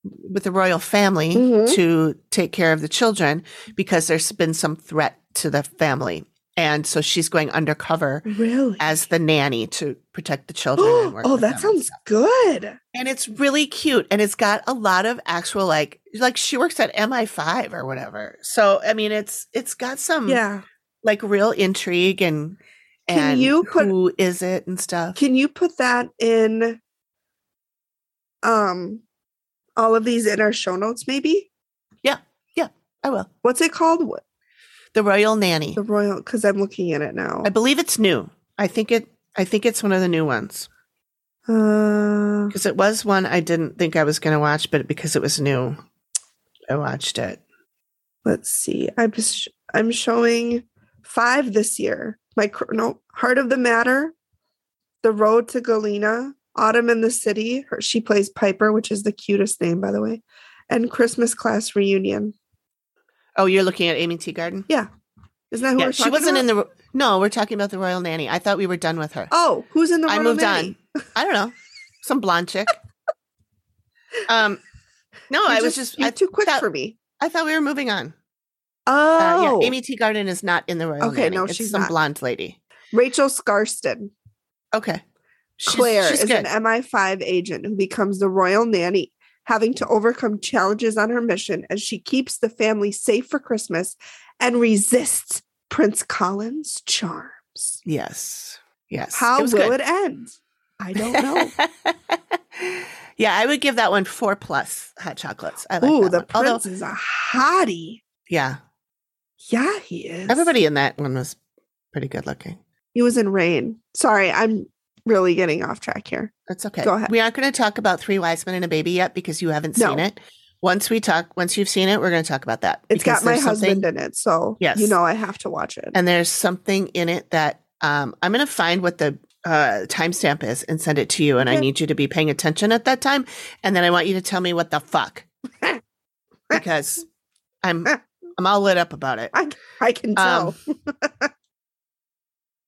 with the royal family
Mhm.
to take care of the children because there's been some threat to the family. And so she's going undercover
Really?
as the nanny to protect the children. and work
oh,
with
that
them and
sounds
stuff.
good.
And it's really cute, and it's got a lot of actual like like she works at MI5 or whatever. So I mean, it's it's got some
Yeah.
like real intrigue and
Can
and
you put-
who is it and stuff.
Can you put that in um all of these in our show notes maybe?
I will.
What's it called? What,
The Royal Nanny.
the Royal cuz I'm looking at it now.
I believe it's new. I think it. I think it's one of the new ones
Uh
because it was one I didn't think I was going to watch, but because it was new, I watched it.
let's see. I'm sh- I'm showing 5 this year. My cr- no, Heart of the Matter, The Road to Galena, Autumn in the City, her, she plays Piper, which is the cutest name by the way, and Christmas Class Reunion.
Oh, you're looking at Amy T. Garden.
Isn't that who
yeah,
we're
she
talking
wasn't
about?
in the. No, we're talking about the Royal Nanny. I thought we were done with her.
Oh, who's in the
I
Royal
moved
Nanny?
on. I don't know. Some blonde chick. um, no,
You're
I was just.
you're
I,
too quick
thought-
for me.
I thought we were moving on.
Oh,
Uh, yeah, Amy T. Garden is not in the Royal
Okay,
Nanny.
no,
It's
she's
some
not.
blonde lady.
Rachel Scarston.
Okay. She's-
Claire
she's
is
good.
an MI5 agent who becomes the royal nanny, having to overcome challenges on her mission as she keeps the family safe for Christmas and resists Prince Colin's charms.
Yes. Yes.
How
was
will
good.
it end? I don't know.
yeah, I would give that one four plus hot chocolates. I like
Ooh,
that
the
one. Although-
prince is a hottie.
yeah,
Yeah, he is.
everybody in that one was pretty good looking.
He was in Rain. Sorry, I'm really getting off track here.
That's okay.
Go ahead.
We aren't going to talk about Three Wise Men and a Baby yet because you haven't
No.
seen it. Once we talk, once you've seen it, we're going to talk about that.
It's
because
got my
there's something-
husband in it, so
Yes.
you know I have to watch it.
and there's something in it that um, I'm going to find what the uh, timestamp is and send it to you. And I
Okay.
need you to be paying attention at that time. And then I want you to tell me what the fuck, because I'm I'm all lit up about it.
I can tell.
Um,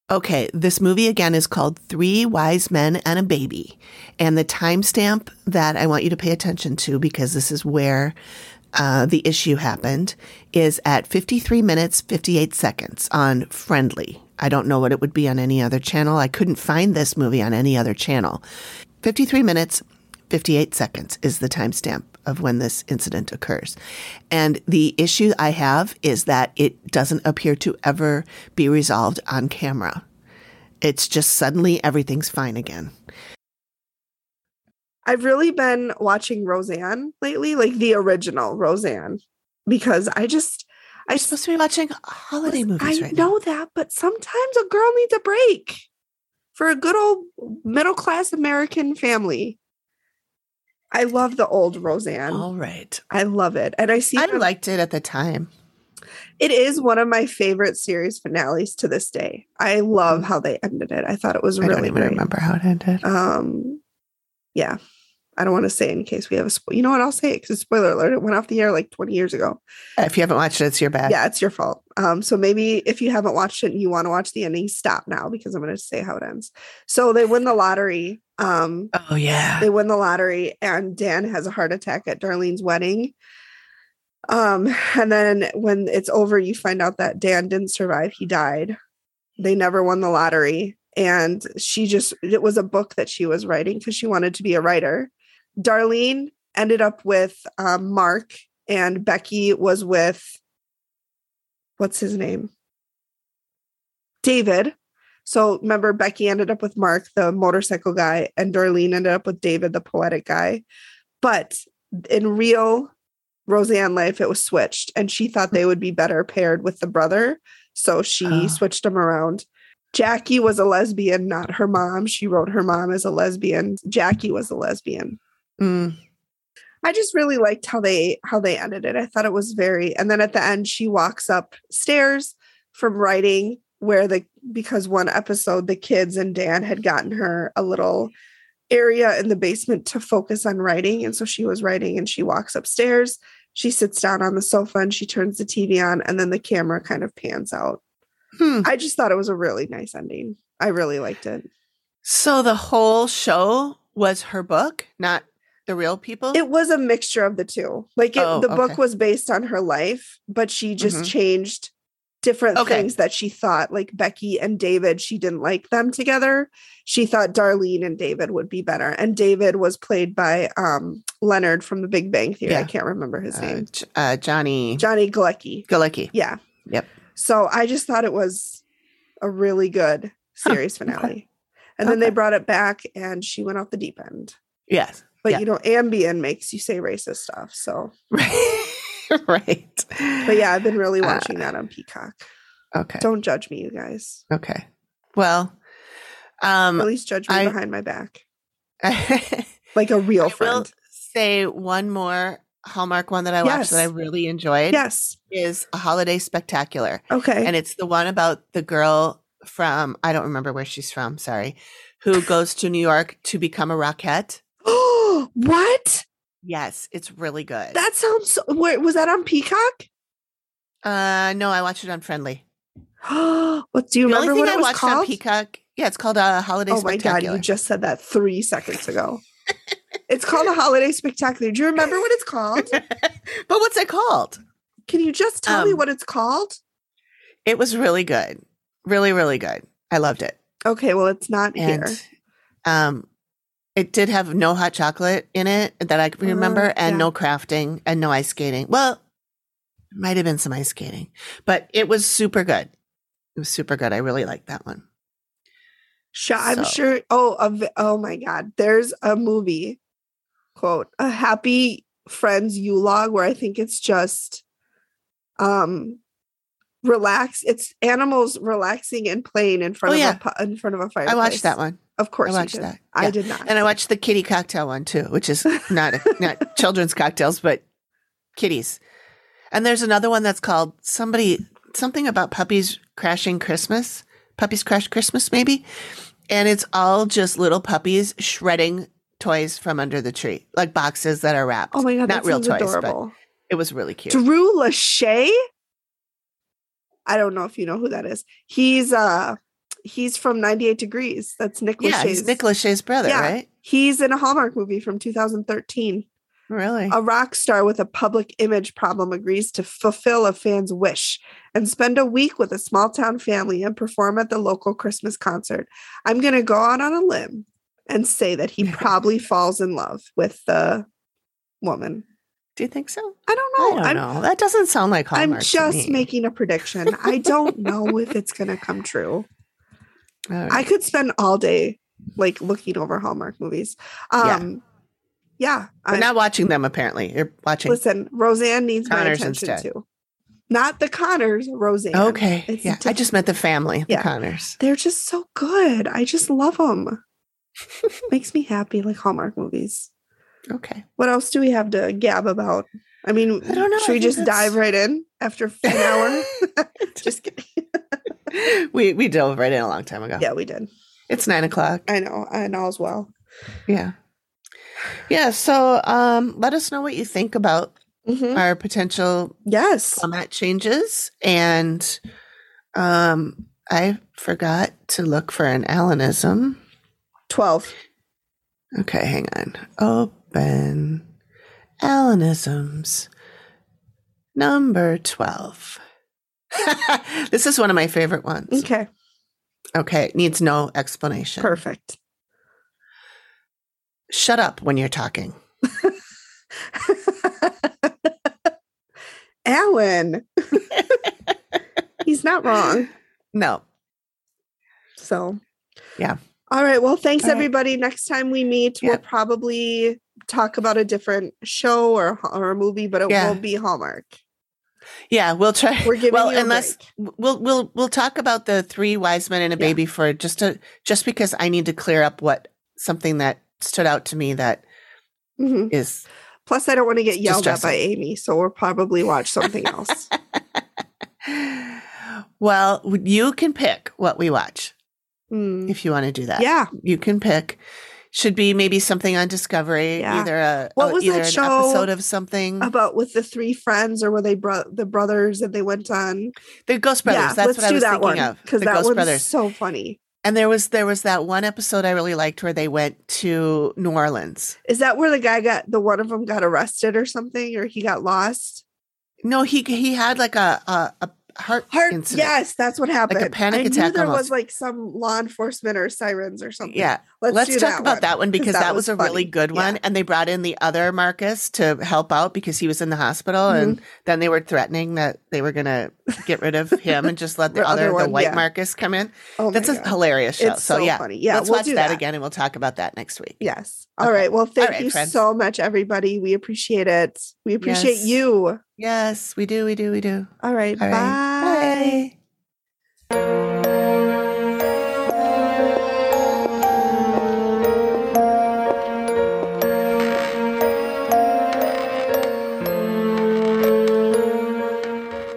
okay, this movie again is called Three Wise Men and a Baby. And the timestamp that I want you to pay attention to, because this is where uh, the issue happened, is at 53 minutes, 58 seconds on Friendly. I don't know what it would be on any other channel. I couldn't find this movie on any other channel. 53 minutes, 58 seconds is the timestamp of when this incident occurs. And the issue I have is that it doesn't appear to ever be resolved on camera. It's just suddenly everything's fine again.
I've really been watching Roseanne lately, like the original Roseanne, because I just I
We're supposed to be watching holiday movies
I
right now.
know that, but sometimes a girl needs a break for a good old middle class American family. I love the old Roseanne.
All right.
I love it, and I see
Oh. I
them-
liked it at the time.
it is one of my favorite series finales to this day. I love how they ended it. I thought it was
Mm-hmm. I
really
don't even
great.
remember how it ended.
Um, yeah, I don't want to say in case we have a spo- you know what I'll say because spoiler alert, it went off the air like 20 years ago.
If you haven't watched it, it's your bad.
Yeah, it's your fault. Um, so maybe if you haven't watched it and you want to watch the ending, stop now because I'm going to say how it ends. So they win the lottery. Um,
Oh, yeah.
they win the lottery, and Dan has a heart attack at Darlene's wedding. Um, and then when it's over, you find out that Dan didn't survive; he died. They never won the lottery, and she just—it was a book that she was writing because she wanted to be a writer. Darlene ended up with um, Mark, and Becky was with what's his name, David. So remember, Becky ended up with Mark, the motorcycle guy, and Darlene ended up with David, the poetic guy. But in real Roseanne life, it was switched, and she thought they would be better paired with the brother. So she
Oh.
switched them around. Jackie was a lesbian, not her mom. She wrote her mom as a lesbian. Jackie was a lesbian.
Mm.
I just really liked how they how they ended it. I thought it was very and then at the end she walks upstairs from writing where the because one episode the kids and Dan had gotten her a little area in the basement to focus on writing and so she was writing and she walks upstairs. She sits down on the sofa and she turns the TV on and then the camera kind of pans out.
Hmm.
I just thought it was a really nice ending. I really liked it.
So the whole show was her book, not the real people.
It was a mixture of the two. Like it,
Oh,
the book
okay.
was based on her life, but she just
Mhm.
changed different
Okay.
things that she thought like Becky and David she didn't like them together. She thought Darlene and David would be better. And David was played by um Leonard from the Big Bang Theory. I
Yeah.
can't remember his
uh,
name.
J- uh, Johnny
Johnny Galecki.
Galecki.
Yeah.
Yep.
So I just thought it was a really good
Huh.
series finale. And then they
Okay.
brought it back and she went off the deep end.
Yes.
But
Yeah.
you know, Ambien makes you say racist stuff. So,
right.
but yeah, I've been really
Uh,
watching that on Peacock.
Okay.
Don't judge me, you guys.
Okay. Well, um,
At least judge me
I-
behind my back,
I
like a real
will
friend.
say one more Hallmark one that I watched that I
Yes.
really enjoyed
Yes.
is a holiday spectacular,
Okay.
and it's the one about the girl from I don't remember where she's from. Sorry, who goes to New York to become a rockette.
Oh, what?
Yes, it's really good.
That sounds. So, wait, was that on Peacock?
uh, no, I watched it on Friendly.
what do you
the only thing
remember what
I
it was
watched on
called?
Peacock, yeah, it's called uh, Holiday
Oh my god,
Spectacular.
you just said that three seconds ago. it's called a holiday spectacular. Do you remember what it's called?
but what's it called?
Can you just tell me
Um,
what it's called?
It was really good, really, really good. I loved it.
Okay, well, it's not
and
here.
um it did have no hot chocolate in it that I can remember
Uh,
and
yeah.
no crafting and no ice skating. Well, might have been some ice skating, but it was super good. It was super good. I really liked that one.
Sh- I'm
So-
sure. Oh, a vi- oh my God. There's a movie, quote, a happy friends you log where I think it's just, um, relax. It's animals relaxing and playing in front
Oh,
of
yeah.
a pu- in front of a fireplace.
I watched that one.
Of course,
I
you
watched
did.
that.
I
Yeah.
did not.
And I watched the kitty cocktail one too, which is not not children's cocktails, but kitties. And there's another one that's called somebody something about puppies crashing Christmas. Puppies crash Christmas, maybe. And it's all just little puppies shredding toys from under the tree, like boxes that are wrapped.
oh my
not
God, that
real
sounds
toys, but
adorable.
it was really cute.
Drew Lachey. I don't know if you know who that is. He's uh, he's from 98 Degrees. That's Nick
yeah,
Lachey's.
he's Nick Lachey's brother,
Yeah.
right?
He's in a Hallmark movie from 2013.
Really?
A rock star with a public image problem agrees to fulfill a fan's wish and spend a week with a small town family and perform at the local Christmas concert. I'm going to go out on a limb and say that he probably falls in love with the woman.
Do you think so?
I don't know.
I don't
am
know. That doesn't sound like Hallmark.
Oh, I'm
to
just
me.
making a prediction. I don't know if it's going to come
All
true.
right.
I could spend all day like looking over Hallmark movies.
Yeah.
Um, yeah.
We're
I'm-
not watching them apparently. You're watching.
Listen, Roseanne needs
Connors
my attention
instead.
too. Not the Connors, Roseanne.
Okay.
It's
yeah. I
diff-
just meant the family,
Yeah.
the Connors.
They're just so good. I just love them. Makes me happy, like Hallmark movies.
Okay.
What else do we have to gab about? I mean,
I don't know.
should
I
we
think
just
that's-
dive right in after an hour? just kidding.
we we dove right in a long time ago.
Yeah, we did.
It's nine o'clock.
I know. And all's well.
Yeah. Yeah. So um let us know what you think about
Mhm.
our potential
Yes.
format changes. And um I forgot to look for an Alanism.
12.
Okay, hang on. Open Alanisms. Number 12. this is one of my favorite ones.
Okay.
Okay, it needs no explanation.
Perfect.
Shut up when you're talking.
Alan. He's not wrong.
No.
So,
Yeah.
All right. Well, thanks
All right.
everybody. Next time we meet,
Yeah.
we'll probably talk about a different show or or a movie, but it
Yeah.
will be Hallmark.
Yeah, we'll try.
We're giving
well,
you a
unless
break.
we'll we'll we'll talk about the three wise men and a
Yeah.
baby for just to just because I need to clear up what something that stood out to me that
Mhm.
is
Plus, I don't want to get
It's
yelled at
distressing.
by Amy, so we'll probably watch something else.
well, you can pick what we watch
Mm.
if you want to do that.
Yeah.
you can pick. Should be maybe something on Discovery,
Yeah.
either a
What
oh,
was that
either an
show
episode of something.
About with the three friends, or were they bro- the brothers that they went on?
the Ghost Brothers.
yeah,
that's
let's
what I
do
was
that
thinking
one
of. The
because that
Ghost
one's
Brothers.
so funny.
And there was there was that one episode I really liked where they went to New Orleans.
Is that where the guy got the one of them got arrested or something, or he got lost?
No, he he had like a a, a heart,
Heart,
incident.
yes, that's what happened.
panic
I knew
attack
There
almost.
was like some law enforcement or sirens or something.
Yeah.
let's,
Let's,
do
talk
that
about
one.
that one
'cause
because that, was, a really
funny.
good
Yeah.
one. And they brought in the other Marcus to help out because he was in the hospital.
Mm-hmm.
And then they were threatening that they were going to get rid of him and just let the,
The
other,
other
the
one,
white
yeah.
Marcus come in.
Oh
That's
my
a
God.
hilarious show.
It's
so,
so
yeah.
funny. Yeah,
let's
we'll
watch
do
that,
that.
again and we'll talk about that next week.
Yes. All
Okay.
right. Well, thank
right,
you
friends.
so much, everybody. We appreciate it. We appreciate
Yes.
you.
Yes, we do. We do. We do.
All right.
All right.
bye.
Bye.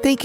Thank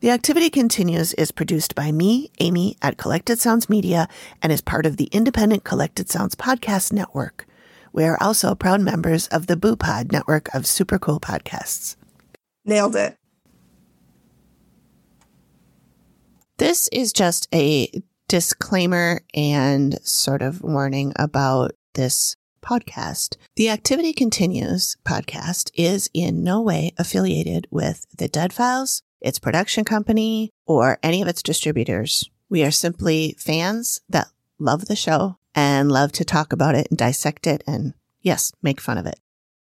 The Activity Continues is produced by me, Amy, at Collected Sounds Media and is part of the independent Collected Sounds Podcast Network. We are also proud members of the Boo Pod network of super cool podcasts.
Nailed it.
This is just a disclaimer and sort of warning about this podcast. The Activity Continues podcast is in no way affiliated with the Dead Files, its production company, or any of its distributors. We are simply fans that love the show and love to talk about it and dissect it and, yes, make fun of it.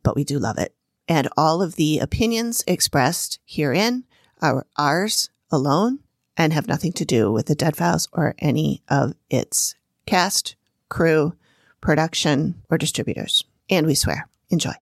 But we do love it. And all of the opinions expressed herein are ours alone and have nothing to do with the Dead Files or any of its cast, crew, production, or distributors. And we swear. Enjoy.